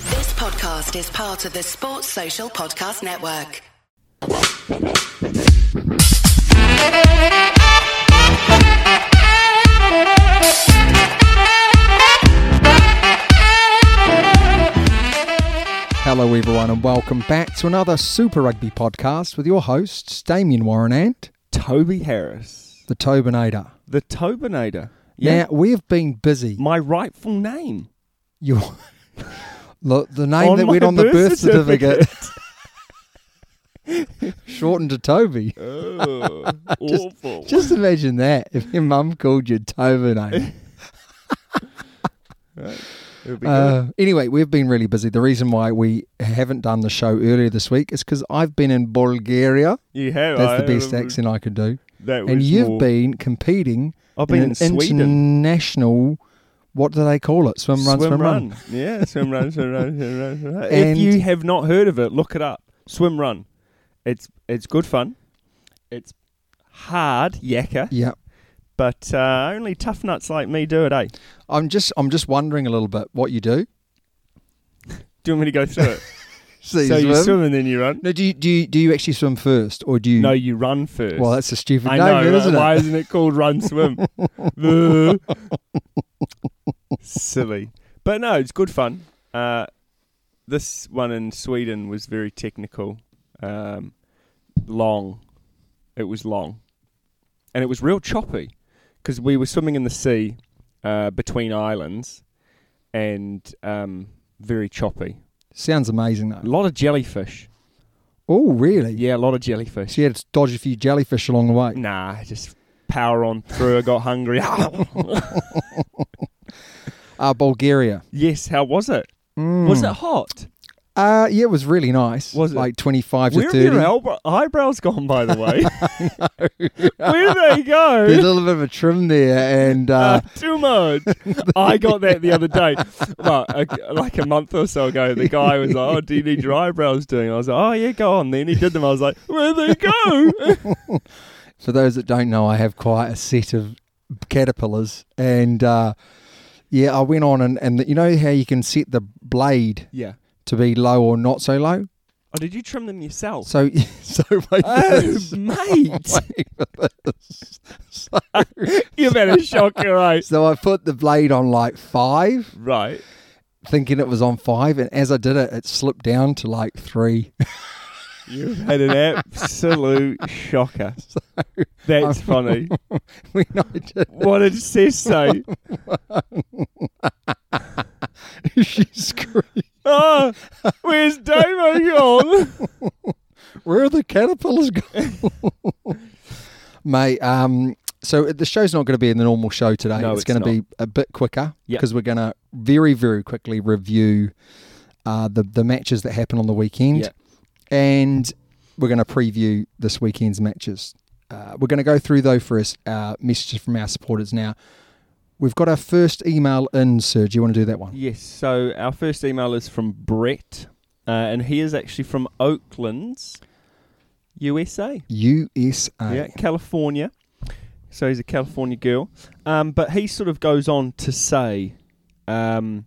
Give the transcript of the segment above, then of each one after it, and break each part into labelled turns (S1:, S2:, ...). S1: podcast is part of the Sports Social Podcast Network.
S2: Hello, everyone, and welcome back to another Super Rugby podcast with your hosts, Damien Warren and
S3: Toby Harris,
S2: the Tobinator.
S3: the Tobinator.
S2: Yeah, we have been busy.
S3: my rightful name.
S2: You, look, the name
S3: On
S2: that went
S3: my
S2: on the
S3: birth
S2: birth certificate, shortened to Toby.
S3: Oh, awful.
S2: Just imagine that if your mum called you Tobinator.
S3: It'll be
S2: Uh, anyway, we've been really busy. The reason why we haven't done the show earlier this week is because I've been in Bulgaria.
S3: good. You have.
S2: That's
S3: I-
S2: the best accent I could do.
S3: That
S2: and
S3: was
S2: you've
S3: more-
S2: been competing
S3: I've been
S2: in,
S3: in
S2: an
S3: Sweden.
S2: international what do they call it swim run swim, run,
S3: Yeah, swim run, swim run, swim run. Swim run.
S2: And-
S3: if you have not heard of it, look it up. Swim run. It's it's good fun. It's hard yakka,
S2: yeah
S3: but uh, only tough nuts like me do it. Eh?
S2: i'm just i'm just wondering a little bit what you do
S3: Do you want me to go through it?
S2: so
S3: so you swim and then you run.
S2: no do you, do you do you actually swim first or do you
S3: No, you run first.
S2: Mm. well that's a stupid
S3: I
S2: name
S3: know.
S2: then,
S3: uh,
S2: isn't
S3: why
S2: it
S3: isn't it called Run Swim? Boo. Silly, but no, it's good fun. Uh, this one in Sweden was very technical, um, long. It was long, and it was real choppy because we were swimming in the sea uh, between islands, and um, very choppy.
S2: sounds amazing
S3: A
S2: though
S3: lot of jellyfish.
S2: oh really
S3: Yeah, a lot of jellyfish.
S2: she had to dodge a few jellyfish along the way
S3: Nah, I just power on through. I got hungry.
S2: uh bulgaria
S3: yes, how was it?
S2: Mm.
S3: Was it hot?
S2: uh yeah it was really nice
S3: Was it?
S2: like 25
S3: Where
S2: to
S3: have your
S2: 30
S3: elbow- eyebrows gone, by the way? Where did they go?
S2: there's a little bit of a trim there and
S3: Ah,
S2: uh,
S3: too much. I got that the other day. Well, a, like a month or so ago, the guy was like, "Oh, do you need your eyebrows doing?" I was like, "Oh yeah, go on." Then he did them. I was like, "Where would they go?"
S2: For those that don't know, I have quite a set of caterpillars, and uh, yeah, I went on and, and you know how you can set the blade
S3: yeah.
S2: to be low or not so low.
S3: Oh, did you trim them yourself?
S2: So so my
S3: Oh, mate, you better shock your eyes.
S2: so I put the blade on like five,
S3: Right.
S2: thinking it was on five, and as I did it, it slipped down to like three.
S3: You've had an absolute shocker. That's funny.
S2: when I did,
S3: What did Sis say?
S2: it, she screamed,
S3: Oh, where's Damo gone?
S2: "Where are the caterpillars going, mate?" Um. So the show's not going to be in the normal show today.
S3: No,
S2: it's
S3: it's
S2: going
S3: not.
S2: to be a bit quicker
S3: Yep.
S2: because we're going to very, very quickly review uh, the the matches that happen on the weekend,
S3: Yep.
S2: and we're going to preview this weekend's matches. Uh, we're going to go through though for us uh, messages from our supporters now. We've got our first email in, Serge. You want to do that one?
S3: Yes, so our first email is from Brett, uh, and he is actually from Oakland's, USA.
S2: USA.
S3: Yeah, California. So he's a California girl. Um, but he sort of goes on to say, um,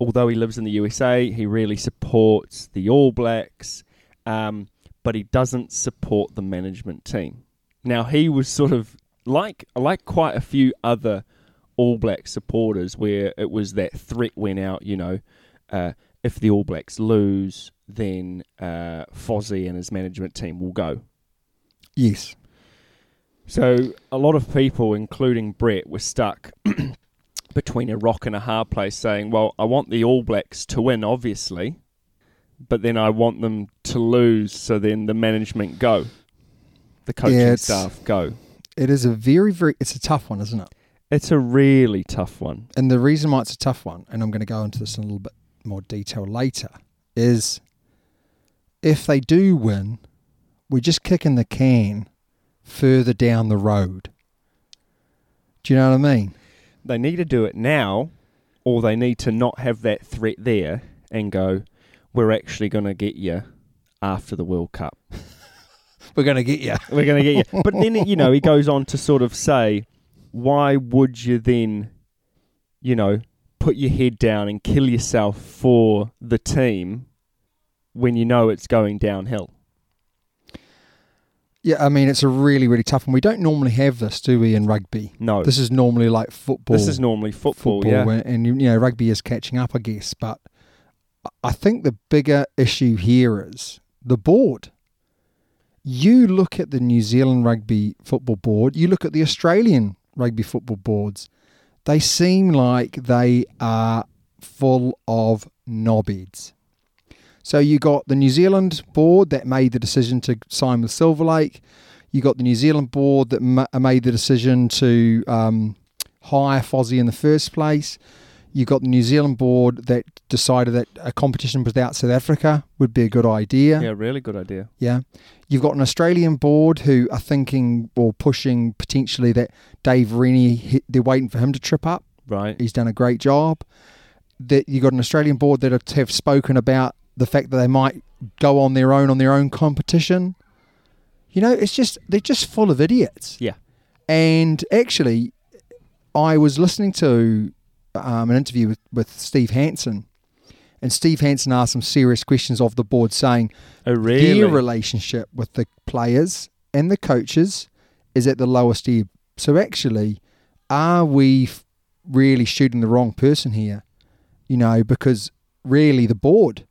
S3: although he lives in the USA, he really supports the All Blacks, um, but he doesn't support the management team. Now he was sort of like like quite a few other All Black supporters, where it was that threat went out. You know, uh, if the All Blacks lose, then uh, Fozzie and his management team will go.
S2: Yes.
S3: So a lot of people, including Brett, were stuck between a rock and a hard place, saying, "Well, I want the All Blacks to win, obviously, but then I want them to lose, so then the management go, the coaching
S2: Yeah, it's-
S3: staff go."
S2: It is a very, very. It's a tough one, isn't it?
S3: It's a really tough one.
S2: And the reason why it's a tough one, and I'm going to go into this in a little bit more detail later, is if they do win, we're just kicking the can further down the road. Do you know what I mean?
S3: They need to do it now, or they need to not have that threat there and go, "We're actually going to get you after the World Cup."
S2: We're going to get you.
S3: We're going to get you. But then, you know, he goes on to sort of say, why would you then, you know, put your head down and kill yourself for the team when you know it's going downhill.
S2: Yeah, I mean, it's a really, really tough one. We don't normally have this, do we, in rugby?
S3: No, this,
S2: This is normally like football.
S3: is normally football.
S2: football,
S3: yeah,
S2: and, and, you know rugby is catching up, I guess. But I- I think the bigger issue here is the board. You look at the New Zealand Rugby Football Board. You look at the Australian Rugby Football Boards. They seem like they are full of knobheads. So you got the New Zealand board that made the decision to sign with Silver Lake. You got the New Zealand board that ma- made the decision to um, hire Fozzie in the first place. You got the New Zealand board that decided that a competition without South Africa would be a good idea.
S3: yeah, really good idea.
S2: Yeah. You've got an Australian board who are thinking or pushing potentially that Dave Rennie, he- they're waiting for him to trip up.
S3: Right,
S2: He's done a great job. That you got an Australian board that have- have spoken about the fact that they might go on their own on their own competition. You know, it's just they're just full of idiots.
S3: Yeah.
S2: And actually, I was listening to um, an interview with, with Steve Hansen, and Steve Hansen asked some serious questions of the board, saying
S3: oh really?
S2: their relationship with the players and the coaches is at the lowest ebb. So actually, are we f- really shooting the wrong person here? You know, because really the board,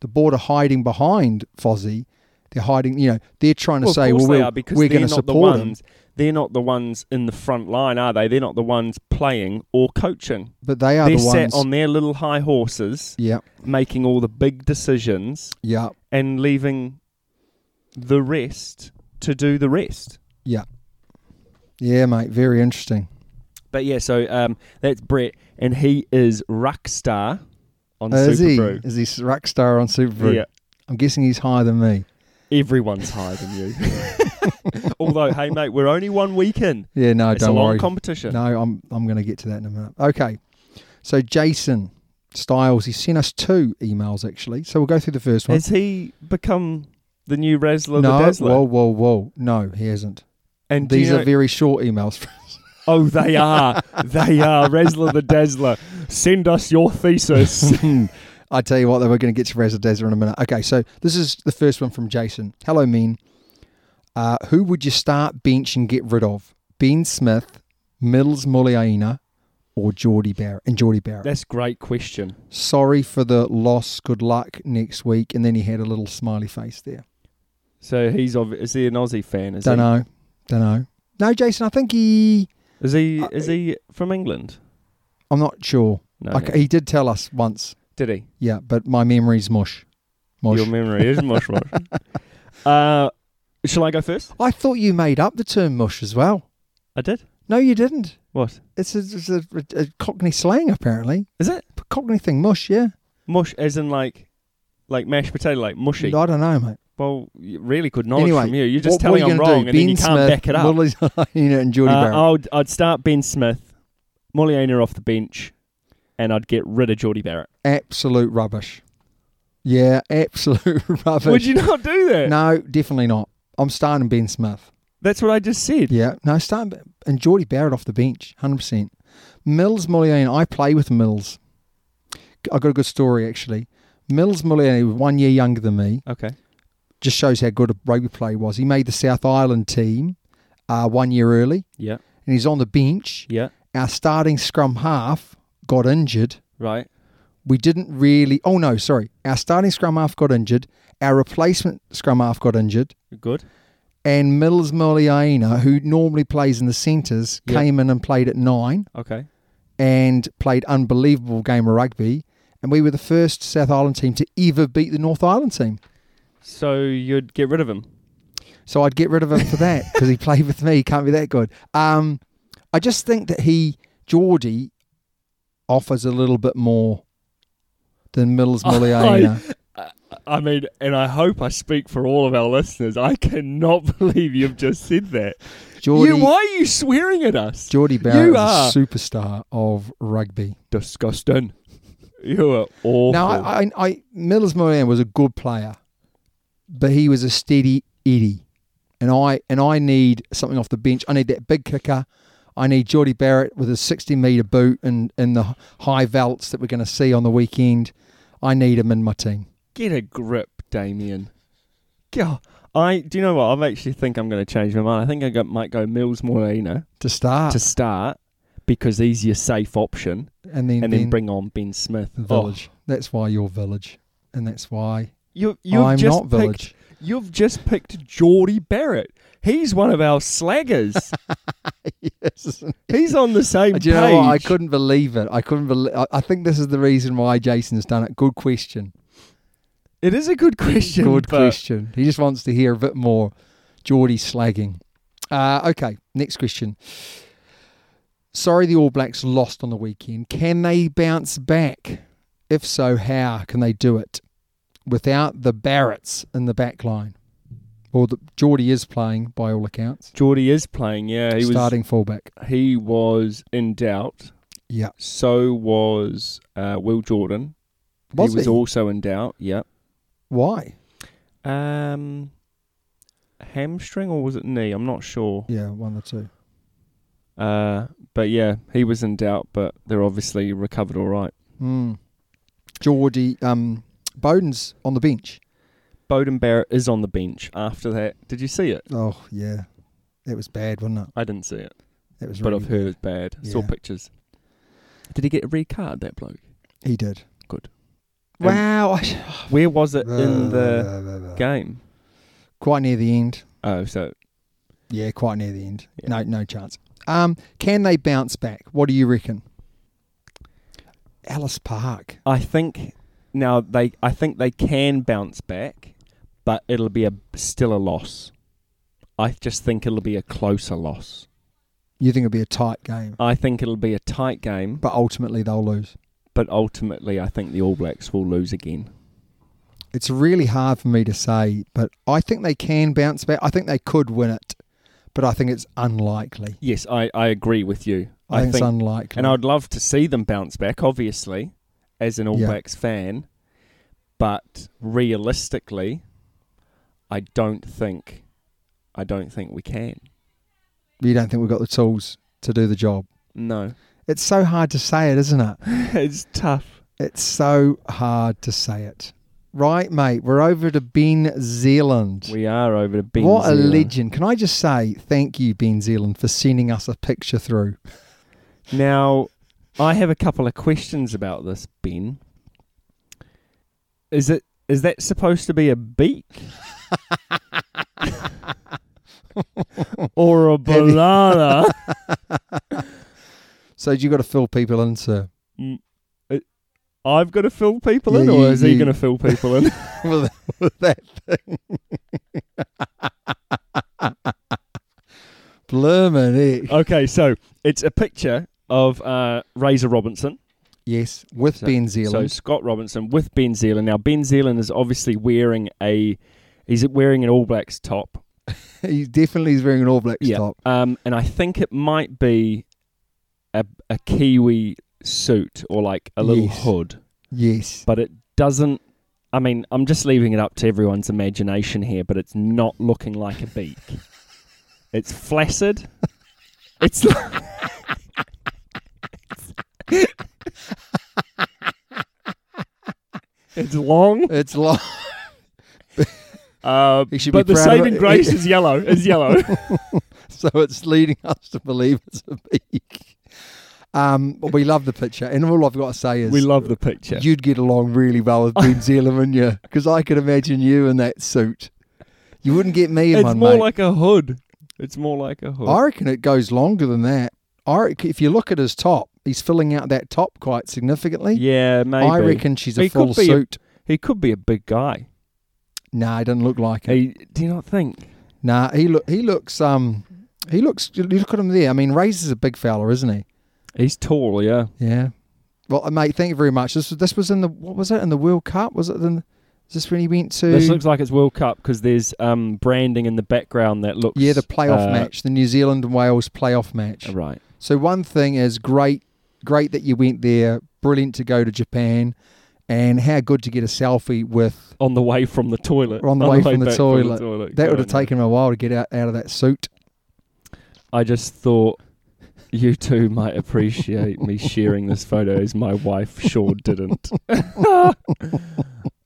S2: the board are hiding behind Fozzie. They're hiding. You know, they're trying to
S3: Well, of
S2: say,
S3: course
S2: "Well,
S3: they
S2: we're,
S3: are because
S2: we're
S3: they're
S2: going to
S3: not the
S2: support them,"
S3: ones. They're not the ones in the front line, are they? They're not the ones playing or coaching.
S2: but they are
S3: They're
S2: the
S3: sat
S2: ones.
S3: on their little high horses,
S2: yeah,
S3: making all the big decisions
S2: yeah,
S3: and leaving the rest to do the rest.
S2: yeah, yeah, mate. Very interesting.
S3: But yeah, so um, that's Brett, and he is Rockstar on
S2: Uh, is
S3: Super
S2: he?
S3: Brew.
S2: Is he rock star on Super Brew?
S3: Yeah,
S2: I'm guessing he's higher than me.
S3: everyone's higher than you. Although, hey mate, we're only one week in.
S2: Yeah, no,
S3: it's a
S2: Oh, don't
S3: long
S2: worry.
S3: competition.
S2: No, I'm I'm going to get to that in a minute. Okay, so Jason Styles, he sent us two emails actually. So we'll go through the first one.
S3: Has he become the new Razzler
S2: no,
S3: the Dazzler?
S2: whoa, whoa, whoa! No, he hasn't.
S3: and do you
S2: These
S3: know-
S2: are very short emails.
S3: oh, they are, they are Razzler the Dazzler. Send us your thesis.
S2: I tell you what, though, we're going to get to Razor Dazzer in a minute. Okay, so this is the first one from Jason. Hello, men. Uh, who would you start, bench, and get rid of? Ben Smith, Mills Muliaina, or Geordie Barrett? And Geordie Barrett.
S3: That's a great question.
S2: sorry for the loss. Good luck next week. And then he had a little smiley face there.
S3: So he's of is he an Aussie fan? Is
S2: Don't
S3: he?
S2: know. Don't know. No, Jason, I think he.
S3: Is he is he from England?
S2: I'm not sure.
S3: No,
S2: Like, He did tell us once.
S3: did he?
S2: Yeah, but my memory's mush. Mush.
S3: Your memory is mush mush. uh, shall I go first?
S2: I thought you made up the term mush as well.
S3: I did.
S2: No, you didn't.
S3: What
S2: It's a, it's a, a Cockney slang, apparently.
S3: is it?
S2: Cockney thing, mush, yeah.
S3: Mush, as in like, like mashed potato, like mushy.
S2: I don't know, mate.
S3: well, you really good knowledge
S2: anyway,
S3: from you. You're just
S2: what, what
S3: telling
S2: are you
S3: I'm
S2: gonna
S3: wrong,
S2: do?
S3: and then you can't back it up.
S2: Lilies, you know, and Geordie
S3: Uh,
S2: Barrett.
S3: I'd, I'd start Ben Smith, Molliana off the bench, and I'd get rid of Geordie Barrett.
S2: Absolute rubbish. Yeah, absolute rubbish.
S3: Would you not do that?
S2: No, definitely not. I'm starting Ben Smith.
S3: That's what I just said.
S2: Yeah, no, starting and Geordie Barrett off the bench, hundred percent. Mills Mulliane, I play with Mills. I got a good story actually. Mills Mulliane was one year younger than me.
S3: Okay.
S2: Just shows how good a rugby player he was. He made the South Island team uh, one year early,
S3: Yeah.
S2: and he's on the bench.
S3: Yeah.
S2: Our starting scrum half got injured.
S3: Right.
S2: We didn't really. Oh no, sorry. Our starting scrum half got injured. Our replacement scrum half got injured.
S3: Good.
S2: and Mills Moliaina, who normally plays in the centres,
S3: Yep.
S2: came in and played at nine
S3: Okay.
S2: and played unbelievable game of rugby. And we were the first South Island team to ever beat the North Island team.
S3: So you'd get rid of him.
S2: So I'd get rid of him for that because he played with me. Can't be that good. Um, I just think that he, Geordie, offers a little bit more than Mills Moliaina.
S3: I mean, and I hope I speak for all of our listeners. I cannot believe you've just said that.
S2: Geordie,
S3: you, why are you swearing at us?
S2: Geordie Barrett is
S3: are-
S2: a superstar of rugby.
S3: Disgusting. You are awful.
S2: Now, I, I, I Miller's Moran was a good player, but he was a steady Eddie, and I and I need something off the bench. I need that big kicker. I need Geordie Barrett with a 60 metre boot and, and the high velts that we're going to see on the weekend. I need him in my team.
S3: Get a grip, Damien. God, I do you know what? I actually think I'm going to change my mind. I think I got, might go Mills Molina
S2: To start.
S3: to start because he's your safe option,
S2: and then,
S3: and then bring on Ben Smith. Oh,
S2: the Village. That's why you're Village. And that's why
S3: You, you've
S2: I'm
S3: just
S2: not
S3: picked,
S2: Village.
S3: You've just picked Geordie Barrett. He's one of our slaggers.
S2: yes.
S3: He's on the same
S2: Do you
S3: page.
S2: know what? I couldn't believe it. I couldn't believe I, I think this is the reason why Jason's done it. Good question.
S3: It is a good question.
S2: Good
S3: but
S2: question. He just wants to hear a bit more Geordie slagging. Uh, okay, next question. Sorry, the All Blacks lost on the weekend. Can they bounce back? If so, how can they do it without the Barretts in the back line? Well, the, Geordie is playing by all accounts,
S3: Geordie is playing. Yeah, he
S2: starting fullback.
S3: was. He was in doubt.
S2: Yeah,
S3: So was uh, Will Jordan.
S2: was
S3: he was
S2: he?
S3: also in doubt. Yep.
S2: Why?
S3: Um, hamstring or was it knee? I'm not sure.
S2: Yeah, one or two.
S3: Uh, but yeah, he was in doubt. But they're obviously recovered all right.
S2: Hmm. Geordie um, Bowden's on the bench.
S3: Bowden Barrett is on the bench after that. Did you see it?
S2: Oh yeah, it was bad, wasn't it?
S3: I didn't see it,
S2: It was.
S3: but
S2: really
S3: I've heard it's bad. Saw
S2: Yeah.
S3: pictures. Did he get a red card? That bloke.
S2: He did.
S3: Good.
S2: Wow.
S3: Where was it
S2: Uh,
S3: in the game?
S2: quite near the end.
S3: Oh, so
S2: Yeah, quite near the end.
S3: Yeah.
S2: No, no chance. Um, can they bounce back? What do you reckon? Alice Park.
S3: I think now they I think they can bounce back, but it'll be a still a loss. I just think it'll be a closer loss.
S2: You think it'll be a tight game,
S3: I think it'll be a tight game,
S2: but ultimately they'll lose.
S3: but ultimately I think the All Blacks will lose again.
S2: It's really hard for me to say, but I think they can bounce back. I think they could win it, but I think it's unlikely.
S3: Yes, I, I agree with you.
S2: I, think, it's unlikely.
S3: and I'd love to see them bounce back, obviously, as an All
S2: Yeah.
S3: Blacks fan, but realistically, I don't think I don't think we can.
S2: you don't think we've got the tools to do the job.
S3: No.
S2: It's so hard to say it, isn't it?
S3: it's tough.
S2: It's so hard to say it. Right, mate, we're over to Ben Zealand.
S3: We are over to Ben.
S2: what a
S3: Zero.
S2: legend. Can I just say thank you, Ben Zealand, for sending us a picture through?
S3: Now, I have a couple of questions about this, Ben. Is it is that supposed to be a beak? or a
S2: Have you-
S3: banana?
S2: So you got to fill people in, sir.
S3: I've got to fill people
S2: Yeah,
S3: in,
S2: you-
S3: or is he
S2: you-
S3: going to fill people in?
S2: with, with that thing. Blurman, egg.
S3: okay, so it's a picture of uh, Razor Robinson.
S2: Yes, with
S3: So-
S2: Ben
S3: So
S2: Zealand.
S3: Scott Robinson with Ben Zealand. Now Ben Zealand is obviously wearing a he's wearing an All Blacks top.
S2: he definitely is wearing an All Blacks top.
S3: Um, and I think it might be a a Kiwi suit or like a little
S2: Yes.
S3: hood,
S2: Yes.
S3: but it doesn't. I mean, I'm just leaving it up to everyone's imagination here, but it's not looking like a beak. it's flaccid. It's like, it's long.
S2: It's long.
S3: Uh,
S2: He should
S3: but
S2: be
S3: the
S2: proud of
S3: saving
S2: it.
S3: grace is yellow. Is yellow.
S2: so it's leading us to believe it's a beak. Um, but we love the picture, and all I've got to say is
S3: we love the picture.
S2: you'd get along really well with Ben Zealand, wouldn't you? Because I could imagine you in that suit. You wouldn't get me in
S3: it's
S2: one,
S3: more
S2: mate.
S3: like a hood. It's more like a hood.
S2: I reckon it goes longer than that. I reckon, if you look at his top, he's filling out that top quite significantly.
S3: yeah, maybe.
S2: I reckon she's a
S3: He could
S2: full
S3: be a-
S2: suit.
S3: he could be a big guy.
S2: nah, he doesn't look like it.
S3: He, do you not think?
S2: nah, he look he looks um he looks. You look at him there. I mean, Razor's a big fella, isn't he?
S3: He's tall. Yeah.
S2: Yeah. Well, uh, mate, thank you very much. This was this was in the what was it in the World Cup? Was it in? Is this when he went to?
S3: This looks like it's World Cup because there's um, branding in the background that looks.
S2: yeah, the playoff
S3: uh,
S2: match, the New Zealand and Wales playoff match.
S3: Right.
S2: So one thing is great, great that you went there. Brilliant to go to Japan, and how good to get a selfie with.
S3: On the way from the toilet.
S2: On the way from the
S3: back
S2: toilet. That would have
S3: God, no.
S2: taken him a while to get out, out of that suit.
S3: I just thought You too might appreciate me sharing this photo as my wife sure didn't.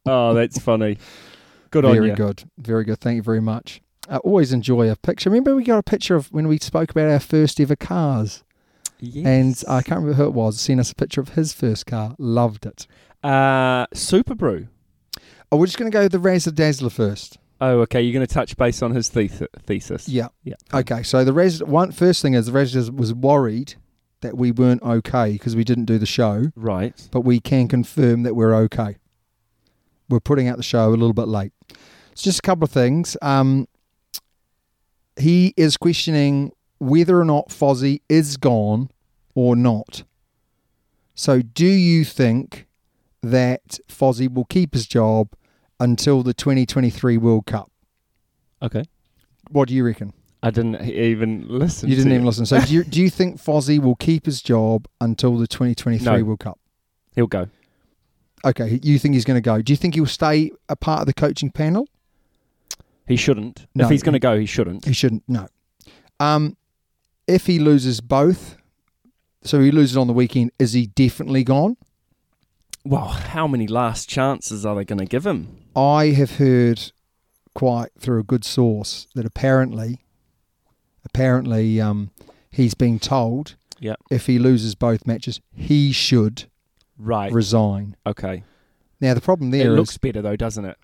S3: oh, that's funny. Good on
S2: very
S3: you.
S2: good. Very good. Thank you very much. I always enjoy a picture. Remember, we got a picture of when we spoke about our first ever cars,
S3: Yes.
S2: and I can't remember who it was. Sent us a picture of his first car. Loved it.
S3: uh, Super Brew.
S2: Oh, we're just going to go the Razzle Dazzler first.
S3: Oh, okay. You're going to touch base on his thes- thesis.
S2: Yeah.
S3: Yeah.
S2: Okay. So the Raz one first thing is the Raz was worried that we weren't okay because we didn't do the show,
S3: Right.
S2: but we can confirm that we're okay. We're putting out the show a little bit late. It's just a couple of things. Um, he is questioning whether or not Fozzie is gone or not. So, do you think that Fozzie will keep his job until the 2023 World Cup?
S3: Okay.
S2: What do you reckon?
S3: I didn't even listen.
S2: You didn't
S3: to
S2: even listen. So, do you, do you think Fozzie will keep his job until the 2023
S3: No.
S2: World Cup?
S3: He'll go.
S2: Okay, you think he's going to go? Do you think he'll stay a part of the coaching panel?
S3: He shouldn't.
S2: No.
S3: if he's going to go, he shouldn't.
S2: He shouldn't. No. Um, if he loses both, so he loses on the weekend, is he definitely gone?
S3: Well, how many last chances are they going to give him?
S2: I have heard quite through a good source that apparently, apparently, um, he's been told
S3: Yeah.
S2: if he loses both matches, he should
S3: Right.
S2: resign.
S3: okay.
S2: Now the problem
S3: It
S2: there is,
S3: looks better though, doesn't it?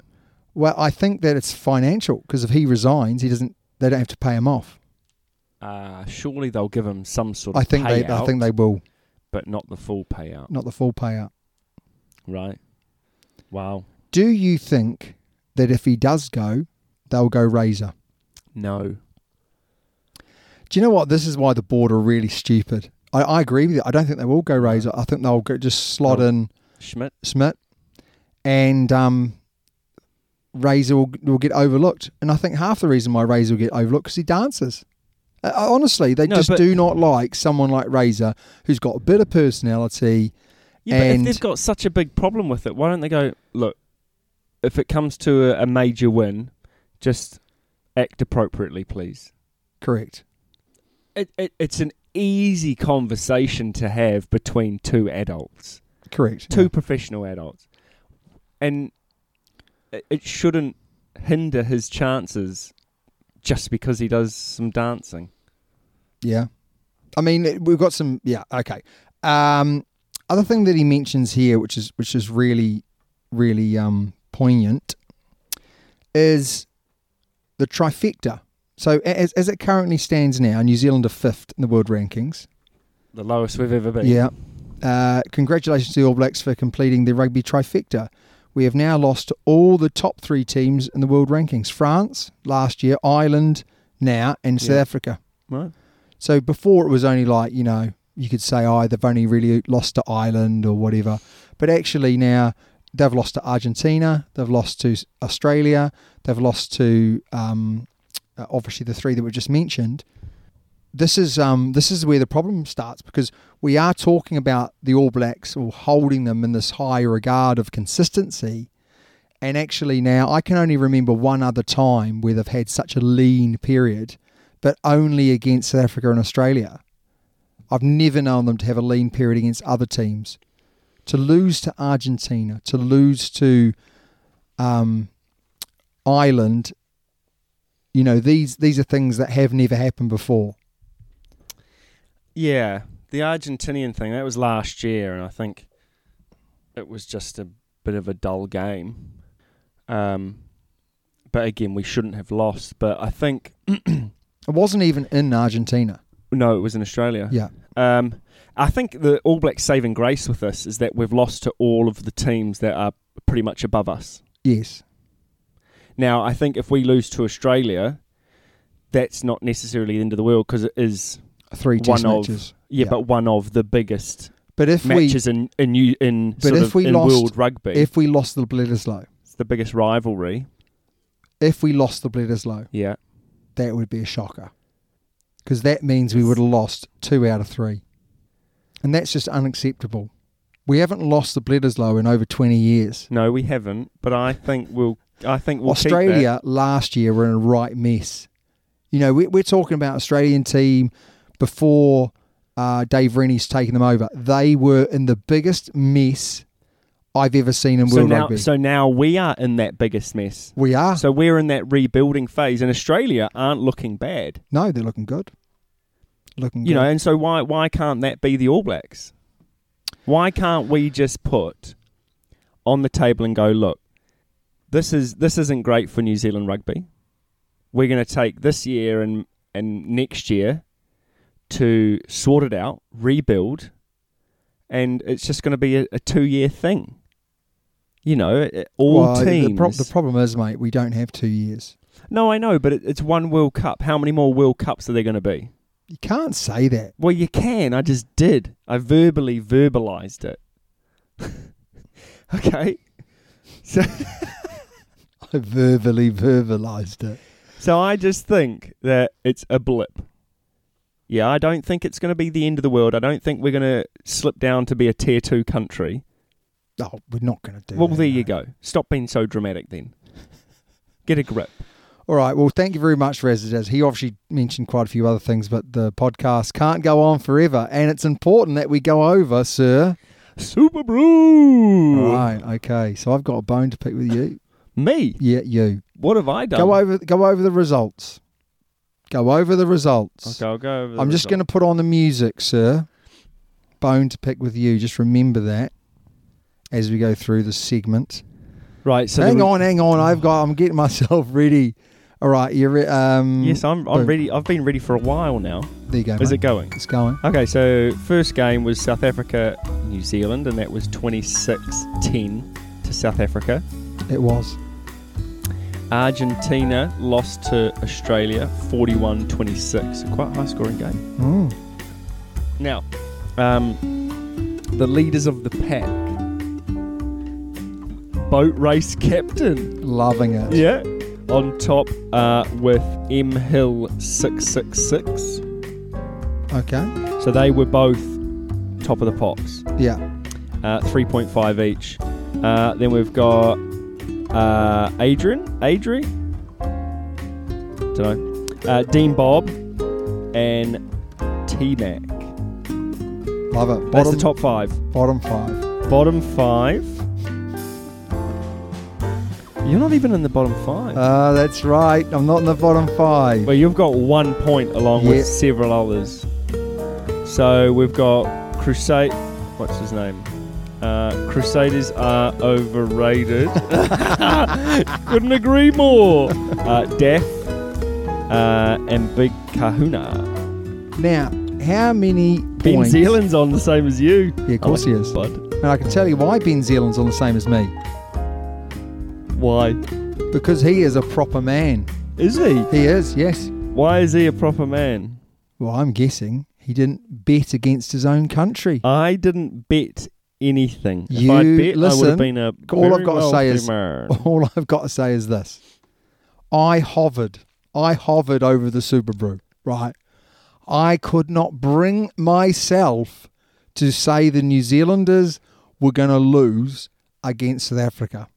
S2: well, I think that it's financial because if he resigns, he doesn't. They don't have to pay him off.
S3: Uh, surely they'll give him some sort of
S2: I think
S3: payout,
S2: they. I think they will.
S3: but not the full payout,
S2: Not the full payout.
S3: right? Wow.
S2: Do you think that if he does go, they'll go Razor?
S3: No.
S2: Do you know what? This is why the board are really stupid. I, I agree with you. I don't think they will go Razor. I think they'll go, just slot
S3: They'll-
S2: in
S3: Schmidt.
S2: Smith and um, Razor will, will get overlooked. And I think half the reason why Razor will get overlooked because he dances. Uh, honestly, they
S3: No,
S2: just
S3: but-
S2: do not like someone like Razor who's got a bit of personality.
S3: Yeah, but if
S2: And-
S3: they've got such a big problem with it, why don't they go, look, if it comes to a, a major win, just act appropriately, please?
S2: Correct.
S3: It, it, it's an easy conversation to have between two adults,
S2: Correct.
S3: two professional adults. And it, it shouldn't hinder his chances just because he does some dancing.
S2: Yeah. I mean, it- we've got some. Yeah. Okay. Um, other thing that he mentions here, which is which is really, really um, poignant, is the trifecta. So a- as, as it currently stands now, New Zealand are fifth in the world rankings.
S3: The lowest we've ever been.
S2: Yeah. Uh, congratulations to the All Blacks for completing the rugby trifecta. We have now lost to all the top three teams in the world rankings: France last year, Ireland now, and South
S3: Yeah.
S2: Africa.
S3: Right.
S2: So before it was only like, you know, you could say, oh, they've only really lost to Ireland or whatever. But actually now they've lost to Argentina, they've lost to Australia, they've lost to um, uh, obviously the three that were just mentioned. This is um, this is where the problem starts because we are talking about the All Blacks or holding them in this high regard of consistency. And actually, now I can only remember one other time where they've had such a lean period, but only against South Africa and Australia. I've never known them to have a lean period against other teams. To lose to Argentina, to lose to um, Ireland, you know these these are things that have never happened before.
S3: Yeah, the Argentinian thing that was last year, and I think it was just a bit of a dull game. Um, but again, we shouldn't have lost. But I think
S2: It wasn't even in Argentina.
S3: no, it was in Australia.
S2: Yeah,
S3: Um, I think the All Blacks saving grace with this is that we've lost to all of the teams that are pretty much above us.
S2: yes,
S3: Now, I think if we lose to Australia, that's not necessarily the end of the world because it is
S2: three test
S3: One of-
S2: matches.
S3: yeah,
S2: Yeah.
S3: but one of the biggest
S2: But if we
S3: matches in in you- in
S2: But
S3: sort
S2: if
S3: of
S2: we
S3: in
S2: lost-
S3: world rugby.
S2: if we lost the Bledisloe,
S3: It's the biggest rivalry.
S2: if we lost the Bledisloe,
S3: Yeah.
S2: that would be a shocker because that means we would have lost two out of three, and that's just unacceptable. We haven't lost the Bledisloe in over twenty years.
S3: No, we haven't. But I think we'll. I think we'll keep that.
S2: Australia last year were in a right mess. You know, we, we're talking about Australian team before uh, Dave Rennie's taken them over. They were in the biggest mess I've ever seen in
S3: So
S2: world
S3: now,
S2: rugby.
S3: so now we are in that biggest mess.
S2: we are.
S3: So we're in that rebuilding phase, and Australia aren't looking bad,
S2: no, they're looking good. Looking good.
S3: you know. And so why why can't that be the All Blacks? Why can't we just put on the table and go, look, this is this isn't great for New Zealand rugby. We're going to take this year and and next year to sort it out, rebuild, and it's just going to be a, a two year thing. You know, it- it- all
S2: Well, the-
S3: teams.
S2: The, prob- the problem is, mate, we don't have two years.
S3: No, I know, but it, it's one World Cup. How many more World Cups are there going to be?
S2: You can't say that.
S3: Well, you can. I just did. I verbally verbalized it. okay. So,
S2: I verbally verbalized it.
S3: so I just think that it's a blip. Yeah, I don't think it's going to be the end of the world. I don't think we're going to slip down to be a tier two country.
S2: Oh, we're not going to do
S3: well,
S2: that,
S3: there you
S2: mate.
S3: go. Stop being so dramatic then. Get a grip.
S2: All right. Well, thank you very much, Residaz. He obviously mentioned quite a few other things, but the podcast can't go on forever, and it's important that we go over, sir.
S3: Super Brew!
S2: All right. Okay. So I've got a bone to pick with you.
S3: Me?
S2: Yeah, you.
S3: What have I done?
S2: Go over. Go over the results. Go over the results.
S3: Okay, I'll go over the
S2: I'm just
S3: results.
S2: going to put on the music, sir. Bone to pick with you. Just remember that as we go through the segment.
S3: Right, so there
S2: hang
S3: was-
S2: on, hang on. I've got. I'm getting myself ready. All right. You're. re- Um,
S3: Yes, I'm, I'm
S2: boom.
S3: ready. I've been ready for a while now.
S2: There you go.
S3: Is
S2: mate.
S3: it going?
S2: It's going.
S3: Okay, so first game was South Africa, New Zealand, and that was 26 10 to South Africa.
S2: It was.
S3: Argentina lost to Australia 41 26. Quite a high scoring game.
S2: Mm.
S3: Now, um, the leaders of the pack. Boat race captain.
S2: Loving it.
S3: Yeah. On top uh, with M Hill 666.
S2: Okay.
S3: So they were both top of the pops,
S2: Yeah.
S3: uh, 3.5 each. Uh, then we've got uh, Adrian, Adri, don't know, uh, Dean Bob, and T Mac.
S2: Love it. Bottom,
S3: That's the top five.
S2: Bottom five.
S3: Bottom five. You're not even in the bottom five.
S2: Uh, that's right. I'm not in the bottom five.
S3: Well, you've got one point along
S2: Yeah.
S3: with several others. So we've got Crusade. What's his name? Uh, Crusaders are overrated. Couldn't agree more. Uh, Death uh, and Big Kahuna.
S2: Now, how many
S3: Ben
S2: points?
S3: Zealand's on the same as you.
S2: Yeah, of course
S3: I like
S2: he is.
S3: you, Bud.
S2: And I can tell you why Ben Zealand's on the same as me.
S3: Why
S2: Because he is a proper man.
S3: is he?
S2: He is, yes.
S3: Why is he a proper man?
S2: Well, I'm guessing he didn't bet against his own country.
S3: I didn't bet anything. if
S2: You-
S3: I'd bet, I would
S2: listen,
S3: have been a
S2: all I've
S3: very
S2: got to say is-
S3: wealthy man.
S2: All I've got to say is this. I hovered. I hovered over the Super Brew, right? I could not bring myself to say the New Zealanders were going to lose against South Africa.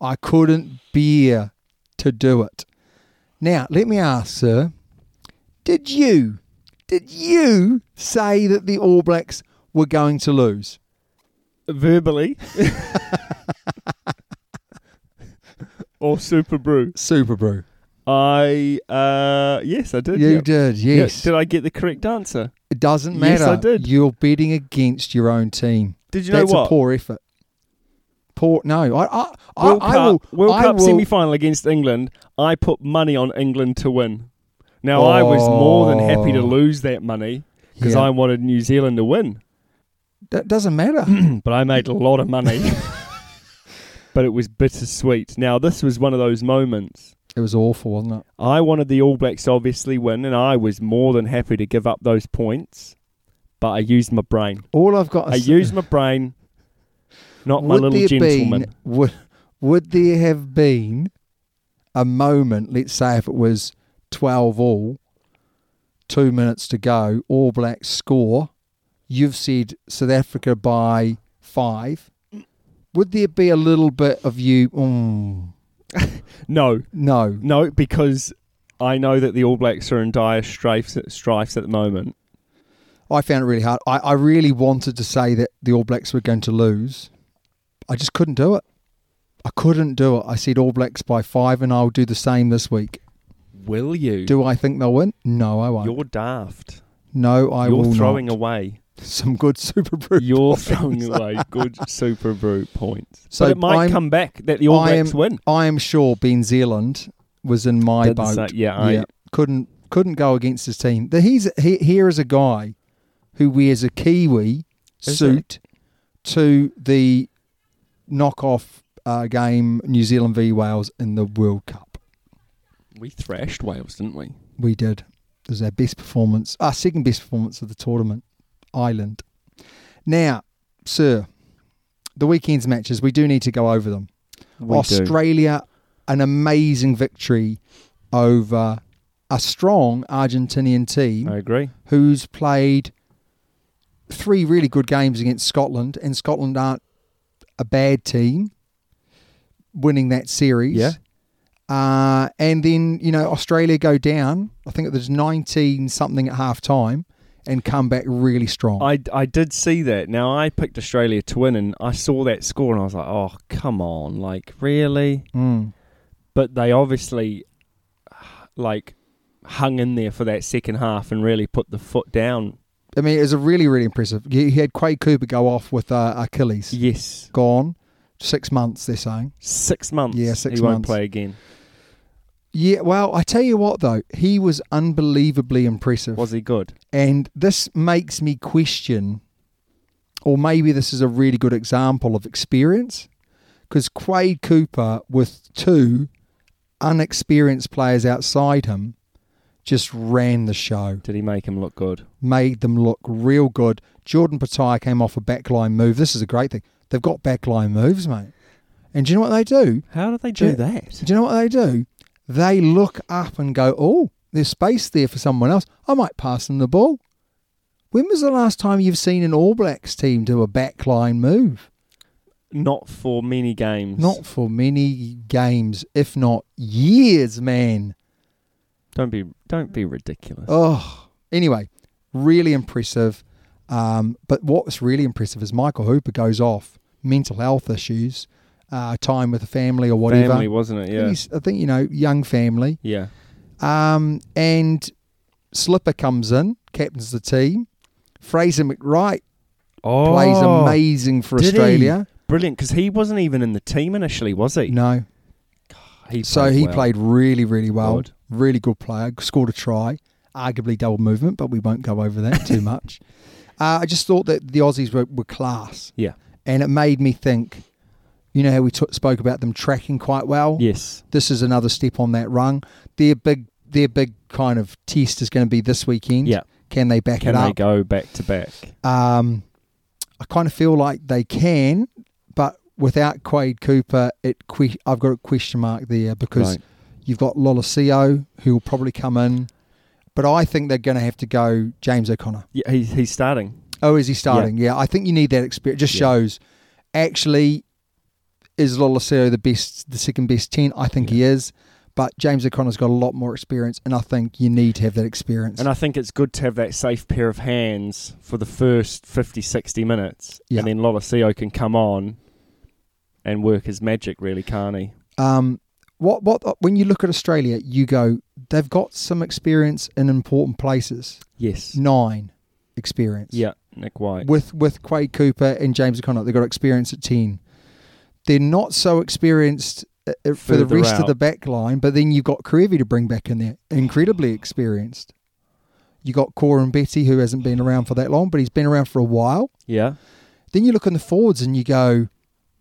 S2: I couldn't bear to do it. Now, let me ask, sir, did you, did you say that the All Blacks were going to lose?
S3: verbally or super brew
S2: Super Brew.
S3: i uh yes i did
S2: You
S3: yeah.
S2: did,
S3: Yeah,
S2: yes.
S3: did i get the correct answer
S2: It doesn't matter.
S3: Yes, I did.
S2: You're betting against your own team.
S3: did you know
S2: That's
S3: what
S2: a poor effort. Poor. No, I, I, I,
S3: World
S2: I will.
S3: Cup, World
S2: I
S3: Cup
S2: will-
S3: semi-final against England. I put money on England to win. Now I was more than happy to
S2: Oh.
S3: lose that money because
S2: Yeah.
S3: I wanted New Zealand to win,
S2: That doesn't matter.
S3: but I made a lot of money. but it was bittersweet. Now this was one of those moments
S2: it was awful, wasn't it?
S3: I wanted the All Blacks to obviously win, and I was more than happy to give up those points. But I used my brain.
S2: All I've got.
S3: I
S2: is-
S3: used my brain, not my
S2: would
S3: little
S2: there
S3: gentleman.
S2: Been, would, would there have been a moment? Let's say if it was twelve all, two minutes to go, All Blacks score. You've said South Africa by five. Would there be a little bit of you? Mm,
S3: No,
S2: no,
S3: no, because I know that the All Blacks are in dire strifes, strifes at the moment.
S2: I found it really hard. I, I really wanted to say that the All Blacks were going to lose. I just couldn't do it. I couldn't do it. I said All Blacks by five, and I'll do the same this week.
S3: Will you?
S2: Do I think they'll win? No, I won't.
S3: You're daft.
S2: no, I
S3: You're
S2: will
S3: throwing
S2: not.
S3: away.
S2: some good Super Brew.
S3: You're throwing away good Super Brute points.
S2: So
S3: but it might
S2: I'm-
S3: come back that the All
S2: I am-
S3: Blacks win.
S2: I am sure Ben Zealand was in my
S3: Did the
S2: boat.
S3: sa- yeah, I-
S2: couldn't couldn't go against his team. The, he's he, here is a guy who wears a kiwi
S3: Is
S2: suit to the knockoff uh, game New Zealand v Wales in the World Cup.
S3: We thrashed Wales, didn't we?
S2: We did. It was our best performance, our second best performance of the tournament. Ireland. Now, sir, the weekend's matches we do need to go over them.
S3: We
S2: Australia, an amazing victory over a strong Argentinian team
S3: I agree.
S2: who's played three really good games against Scotland, and Scotland aren't a bad team winning that series.
S3: Yeah.
S2: Uh, and then, you know, Australia go down. I think it was 19 something at half time and come back really strong.
S3: I, I did see that. Now I picked Australia to win, and I saw that score, and I was like, "Oh, come on! Like, really?"
S2: Mm.
S3: But they obviously, like, hung in there for that second half and really put the foot down.
S2: I mean, it was a really, really impressive. He he had Quade Cooper go off with uh, Achilles.
S3: Yes,
S2: gone. Six months, they're saying.
S3: six months.
S2: Yeah, six
S3: He won't
S2: months.
S3: play again.
S2: Yeah, well, I tell you what, though, he was unbelievably impressive.
S3: Was he good?
S2: And this makes me question, or maybe this is a really good example of experience, because Quade Cooper, with two unexperienced players outside him, just ran the show,
S3: Did he make him look good?
S2: made them look real good. Jordan Pataya came off a backline move. This is a great thing. They've got backline moves, mate. And do you know what they do?
S3: How did they
S2: do
S3: do
S2: Yeah.
S3: that?
S2: Do you know what they do? They look up and go, oh, there's space there for someone else. I might pass them the ball. When was the last time you've seen an All Blacks team do a backline move?
S3: Not for many games.
S2: Not for many games, if not years, man.
S3: Don't be don't be ridiculous.
S2: Oh, anyway, really impressive. Um, but what was really impressive is Michael Hooper goes off mental health issues, uh, time with the family or whatever.
S3: Family, wasn't it?
S2: I think
S3: Yeah.
S2: he's- I think you know, young family.
S3: Yeah.
S2: Um, and Slipper comes in, captains the team. Fraser McWright
S3: Oh,
S2: plays amazing for
S3: did he?
S2: Australia.
S3: Brilliant, because he wasn't even in the team initially, was he?
S2: No,
S3: He
S2: so he
S3: well.
S2: played really, really well.
S3: Good.
S2: Really good player. Scored a try, arguably double movement, but we won't go over that too much. Uh, I just thought that the Aussies were, were class,
S3: Yeah.
S2: and it made me think. You know how we took spoke about them tracking quite well.
S3: Yes.
S2: This is another step on that rung. Their big, their big kind of test is going to be this weekend.
S3: Yeah.
S2: Can they back
S3: Can
S2: it
S3: they
S2: up?
S3: go back to back?
S2: Um, I kind of feel like they can, but without Quade Cooper, it que- I've got a question mark there because
S3: Right.
S2: you've got Lolasio who will probably come in, but I think they're going to have to go James O'Connor.
S3: Yeah, he, he's starting.
S2: Oh, is he starting? Yeah, I think you need that experience. Just
S3: Yeah.
S2: shows actually is Lolasio the best, the second best ten? I think he is, but James O'Connor's got a lot more experience, and I think you need to have that experience.
S3: And I think it's good to have that safe pair of hands for the first 50, 60 minutes.
S2: Yeah.
S3: And then Lolasio can come on and work his magic, really, can't he?
S2: Um, what what when you look at Australia, you go they've got some experience in important places.
S3: Yes.
S2: Nine experience.
S3: Yeah, Nick White.
S2: With with Quade Cooper and James O'Connor, they've got experience at ten. They're not so experienced uh, uh, for the
S3: Further
S2: rest of
S3: out.
S2: the back line, but then you've got Karevi to bring back in there, incredibly experienced. You got Cora and Betty, who hasn't been around for that long, but he's been around for a while.
S3: Yeah.
S2: Then you look in the forwards and you go,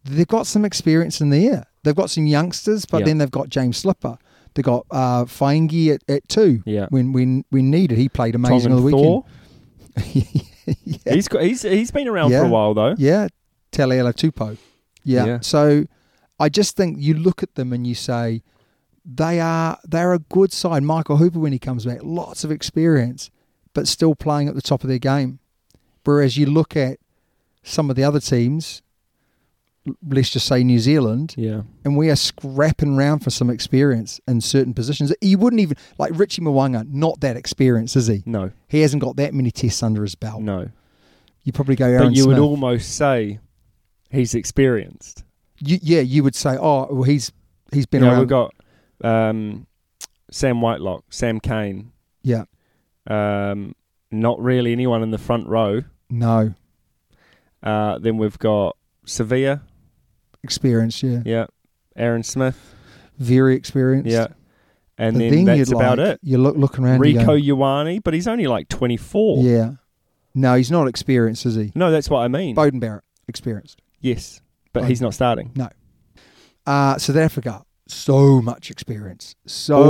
S2: they've got some experience in there. They've got some youngsters, but
S3: Yeah.
S2: then they've got James Slipper. They got uh, Faingi at, at two
S3: Yeah.
S2: when when when needed. He played amazing on
S3: Tongan
S2: the
S3: Thor.
S2: weekend.
S3: He's got, he's he's been around
S2: Yeah.
S3: for a while though.
S2: Yeah, Taliela Tupo. Yeah.
S3: Yeah.
S2: So I just think you look at them and you say they are they're a good side. Michael Hooper when he comes back, lots of experience, but still playing at the top of their game. Whereas you look at some of the other teams, let's just say New Zealand,
S3: Yeah.
S2: and we are scrapping round for some experience in certain positions. You wouldn't even like Richie Mwanga, not that experienced, is he?
S3: No.
S2: He hasn't got that many tests under his belt.
S3: Mm. No.
S2: You probably go Aaron
S3: But you would
S2: Smith.
S3: almost say he's experienced.
S2: You- yeah, you would say, oh, well, he's he's been
S3: you know,
S2: around.
S3: we've got um, Sam Whitelock, Sam Kane,
S2: yeah,
S3: um, not really anyone in the front row.
S2: no
S3: Uh, then we've got Sevilla,
S2: experience. Yeah,
S3: yeah, Aaron Smith,
S2: very experienced.
S3: yeah, and
S2: But
S3: then, that's
S2: you'd
S3: about
S2: like-
S3: it.
S2: You're look, looking around.
S3: Rico
S2: you
S3: Ioane, but he's only like 24.
S2: go, yeah. No, he's not experienced, is he?
S3: No, that's what I mean.
S2: Bowden Barrett, experienced.
S3: yes, but
S2: Bo-
S3: he's not starting.
S2: Uh, South Africa, so much experience, so
S3: all,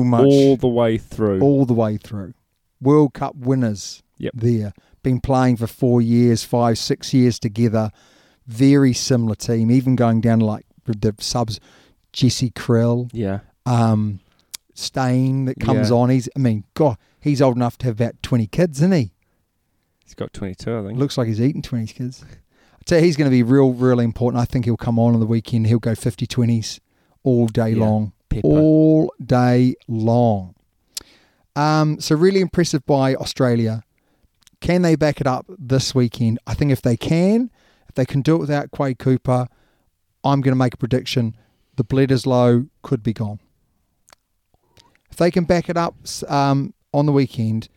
S2: Oh, much,
S3: all the way through.
S2: all the way through. World Cup winners
S3: Yep.
S2: there. Been playing for four years, five, six years together. Very similar team, even going down to like with the subs, Jesse Krill,
S3: yeah,
S2: um, Stain that comes
S3: Yeah.
S2: on. He's, I mean, God, he's old enough to have about 20 kids, isn't he?
S3: he's got 22, I think.
S2: Looks like he's eating 20s, kids. I tell you, he's going to be real, really important. I think he'll come on on the weekend. He'll go 50 20s all day
S3: Yeah.
S2: long.
S3: Pepper.
S2: All day long. Um, so, really impressive by Australia. Can they back it up this weekend? I think if they can, if they can do it without Quade Cooper, I'm going to make a prediction. The Bledisloe could be gone. If they can back it up s- um, on the weekend,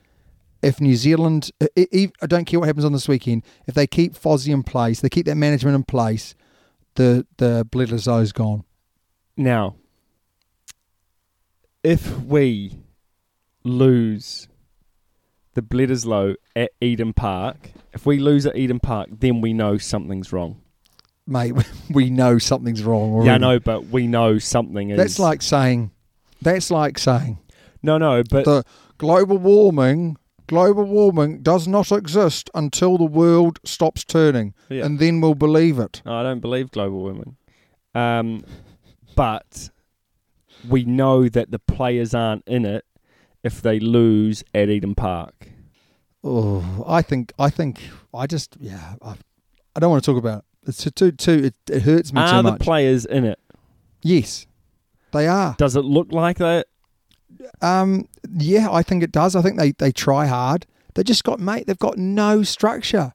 S2: if New Zealand, I, I, I don't care what happens on this weekend, if they keep Fozzie in place, they keep that management in place, the the Bledisloe's gone.
S3: Now, if we lose the Bledisloe at Eden Park, if we lose at Eden Park, then we know something's wrong.
S2: Mate, we know something's wrong. Already.
S3: Yeah, I know, but we know something is.
S2: That's like saying, that's like saying
S3: no, no, but
S2: the global warming, global warming does not exist until the world stops turning,
S3: Yeah.
S2: and then we'll believe it.
S3: I don't believe global warming. Um, but we know that the players aren't in it if they lose at Eden Park.
S2: Oh, I think, I think, I just, yeah, I, I don't want to talk about it. It's too, too, it, it hurts me
S3: Are
S2: too
S3: Ah, the
S2: much.
S3: players in it?
S2: yes, they are.
S3: Does it look like that?
S2: Um, yeah, I think it does. I think they, they try hard. They just got mate. They've got no structure.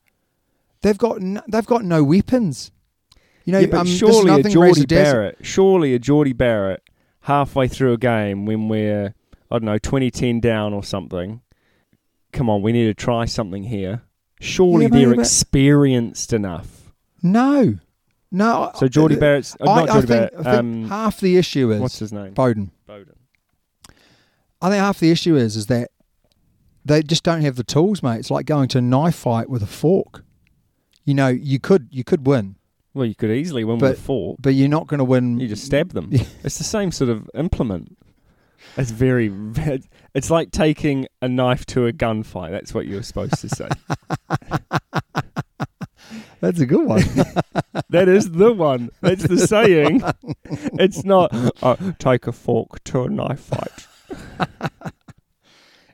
S2: They've got no, they've got no weapons. You know,
S3: yeah, but
S2: um, this is
S3: surely a
S2: nothing
S3: Geordie
S2: raised a desert.
S3: Barrett, surely a Geordie Barrett, halfway through a game when we're I don't know twenty ten down or something. Come on, we need to try something here. Surely
S2: Yeah, but-
S3: they're
S2: but-
S3: experienced enough.
S2: No, no. I-
S3: So Geordie Barrett's uh,
S2: Oh, I,
S3: not
S2: I
S3: Geordie
S2: think,
S3: Barrett.
S2: I think
S3: um,
S2: half the issue is
S3: what's his name?
S2: Bowden.
S3: Bowden.
S2: I think half the issue is is that they just don't have the tools, mate. It's like going to a knife fight with a fork. You know, you could you could win,
S3: Well, you could easily win
S2: But-
S3: with a fork.
S2: but you're not going to win.
S3: You just stab them.
S2: Yeah.
S3: it's the same sort of implement. It's very. It's like taking a knife to a gunfight. That's what you were supposed to say.
S2: That's a good one.
S3: That is the one. That's the saying. It's not oh, take a fork to a knife fight.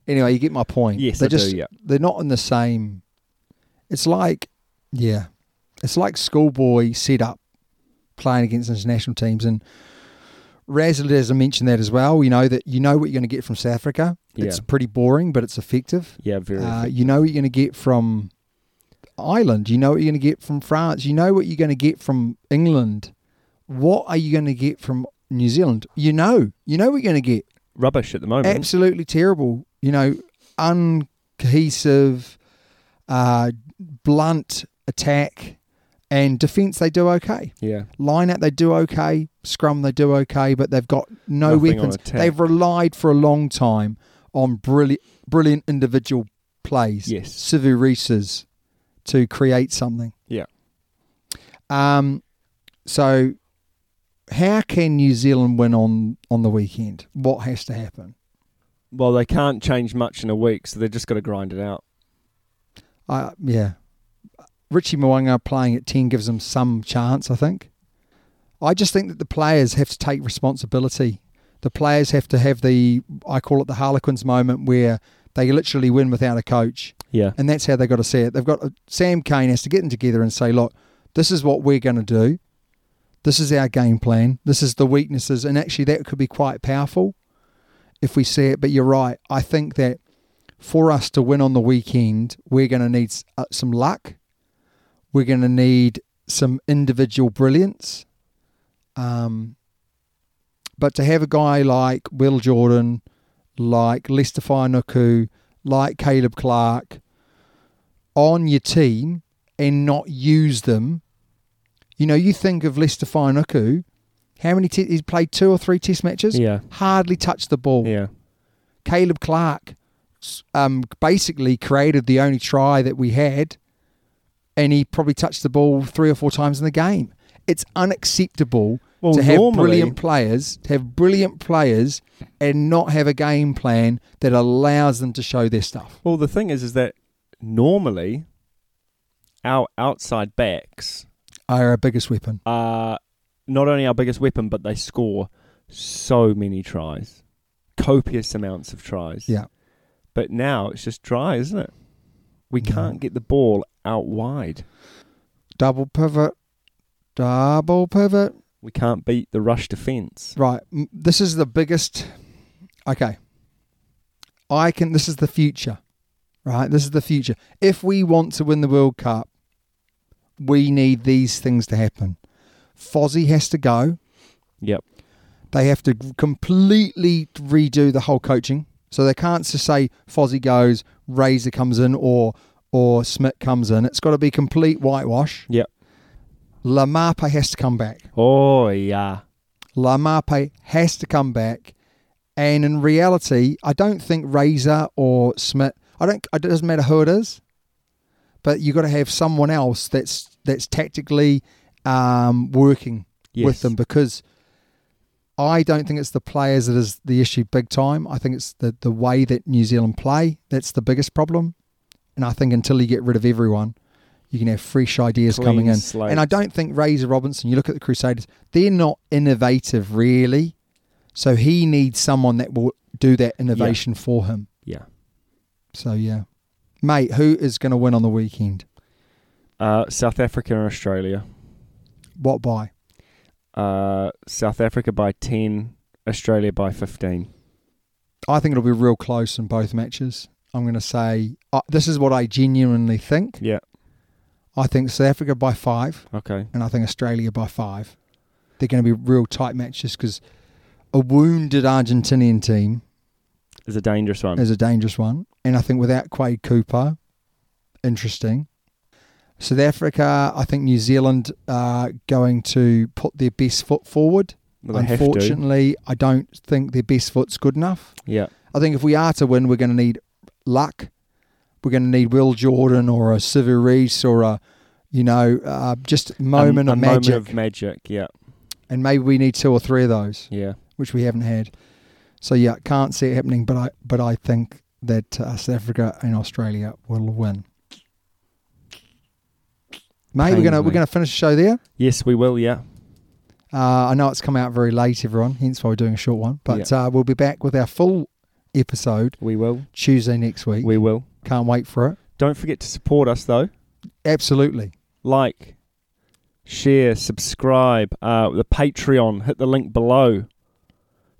S2: anyway, you get my point.
S3: Yes,
S2: they're
S3: I do,
S2: just
S3: yeah.
S2: they're not in the same. It's like, yeah, it's like schoolboy set up playing against international teams, and Razzle mentioned that as well. You know that you know what you're going to get from South Africa. It's
S3: Yeah.
S2: pretty boring, but it's effective.
S3: Yeah, very.
S2: Uh, you know what you're going to get from Ireland. You know what you're going to get from France. You know what you're going to get from England. What are you going to get from New Zealand? You know, you know what you're going to get
S3: rubbish at the moment.
S2: absolutely terrible. You know, uncohesive, uh, blunt attack and defense. They do okay.
S3: yeah,
S2: Line out, they do okay. Scrum, they do okay, but they've got no
S3: Nothing on
S2: weapons.
S3: attack.
S2: They've relied for a long time on brilliant, brilliant individual plays.
S3: Yes.
S2: Sivu Reese's to create something.
S3: yeah.
S2: Um, so how can New Zealand win on on the weekend? What has to happen?
S3: Well, they can't change much in a week, so they've just got to grind it out.
S2: I yeah. Richie Mwanga playing at 10 gives them some chance, I think. I just think that the players have to take responsibility. The players have to have the, I call it the Harlequins moment, where they literally win without a coach.
S3: Yeah,
S2: uh, And that's how they've got to see it. They've got Sam Kane has to get them together and say, look, this is what we're going to do. This is our game plan. This is the weaknesses. And actually, that could be quite powerful if we see it. But you're right. I think that for us to win on the weekend, we're going to need s- uh, some luck. We're going to need some individual brilliance. Um, but to have a guy like Will Jordan, like Lester Nuku, like Caleb Clark on your team and not use them, you know, you think of Lester Nuku, how many te- he's played two or three test matches,
S3: Yeah.
S2: hardly touched the ball.
S3: Yeah.
S2: Caleb Clark s- um, basically created the only try that we had, and he probably touched the ball three or four times in the game. It's unacceptable
S3: Well,
S2: to have
S3: normally-
S2: brilliant players, to have brilliant players, and not have a game plan that allows them to show their stuff.
S3: Well, the thing is, is that normally our outside backs
S2: Are our biggest weapon.
S3: are not only our biggest weapon, but they score so many tries, copious amounts of tries.
S2: Yeah,
S3: But now it's just dry, isn't it? We
S2: No.
S3: can't get the ball out wide.
S2: double pivot, double pivot.
S3: We can't beat the rush defense.
S2: Right. m- This is the biggest. Okay. I can. This is the future. Right. This is the future. If we want to win the World Cup, we need these things to happen. Fozzie has to go.
S3: Yep.
S2: They have to completely redo the whole coaching. So they can't just say Fozzie goes, Razor comes in, or or Smith comes in. It's got to be complete whitewash.
S3: Yep.
S2: Lamape has to come back.
S3: Oh yeah.
S2: Lamape has to come back. And in reality, I don't think Razor or Smith. I don't. It doesn't matter who it is, but you got to have someone else that's that's tactically um, working
S3: Yes.
S2: with them because I don't think it's the players that is the issue big time. I think it's the the way that New Zealand play that's the biggest problem. And I think until you get rid of everyone, you can have fresh ideas
S3: Clean
S2: coming in.
S3: slate.
S2: And I don't think Razor Robinson. You look at the Crusaders; they're not innovative really. So he needs someone that will do that innovation for him.
S3: Yeah.
S2: So yeah, mate, who is going to win on the weekend?
S3: Uh, South Africa and Australia.
S2: What by?
S3: Uh, South Africa by ten. Australia by fifteen.
S2: I think it'll be real close in both matches. I'm going to say uh, this is what I genuinely think.
S3: Yeah.
S2: I think South Africa by five,
S3: Okay.
S2: and I think Australia by five. They're going to be real tight matches because a wounded Argentinian team
S3: It's a dangerous one.
S2: is a dangerous one, and I think without Quade Cooper, interesting. South Africa, I think New Zealand are going to put their best foot forward.
S3: Well, they have to.
S2: Unfortunately, I don't think their best foot's good enough.
S3: Yeah.
S2: I think if we are to win, we're going to need luck. We're going to need Will Jordan or a Civaris or a, you know, uh, just moment
S3: a,
S2: of
S3: a
S2: magic.
S3: Moment of magic. Yeah.
S2: and maybe we need two or three of those,
S3: Yeah.
S2: which we haven't had. So yeah, can't see it happening. But I but I think that uh, South Africa and Australia will win. Mate, we're
S3: Pains
S2: gonna we're
S3: me.
S2: gonna finish the show there.
S3: Yes, we will. Yeah.
S2: Uh, I know it's come out very late, everyone. Hence why we're doing a short one. But uh, we'll be back with our full episode
S3: We will.
S2: Tuesday next week.
S3: We will.
S2: Can't wait for it.
S3: Don't forget to support us though.
S2: Absolutely.
S3: Like, share, subscribe. Uh, the Patreon. Hit the link below.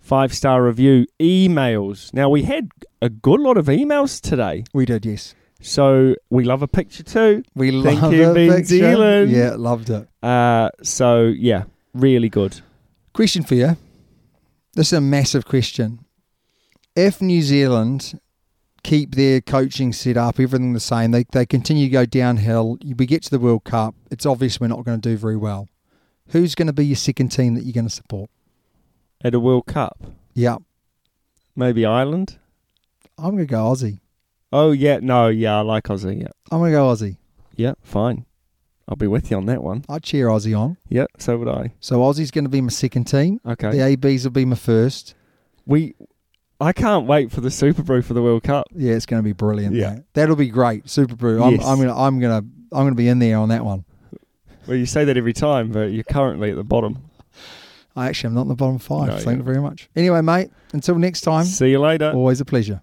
S3: Five star review. Emails. Now we had a good lot of emails today,
S2: We did, yes.
S3: so we love a picture too.
S2: We
S3: Thank
S2: love
S3: you,
S2: the
S3: New
S2: picture.
S3: Zealand.
S2: Yeah, loved it.
S3: Uh, so yeah, really good.
S2: Question for you. This is a massive question. If New Zealand keep their coaching set up, everything the same, they, they continue to go downhill, we get to the World Cup, it's obvious we're not going to do very well. Who's going to be your second team that you're going to support?
S3: At a World Cup,
S2: Yeah,
S3: maybe Ireland.
S2: I'm going to go Aussie.
S3: Oh yeah, no, yeah, I like Aussie. Yeah,
S2: I'm going to go Aussie.
S3: yeah, fine. I'll be with you on that one.
S2: I cheer Aussie on.
S3: Yeah, so would I.
S2: So Aussie's going to be my second team.
S3: Okay.
S2: The ABs will be my first.
S3: We, I can't wait for the Super Brew for the World Cup.
S2: Yeah, it's going to be brilliant.
S3: Yeah.
S2: mate. that'll be great. Super brew. I'm,
S3: Yes.
S2: I'm gonna, I'm gonna, I'm gonna be in there on that one.
S3: Well, you say that every time, but you're currently at the bottom.
S2: I actually, I'm not in the bottom five.
S3: No,
S2: Thank
S3: you're-
S2: you very much. Anyway, mate. Until next time.
S3: See you later.
S2: Always a pleasure.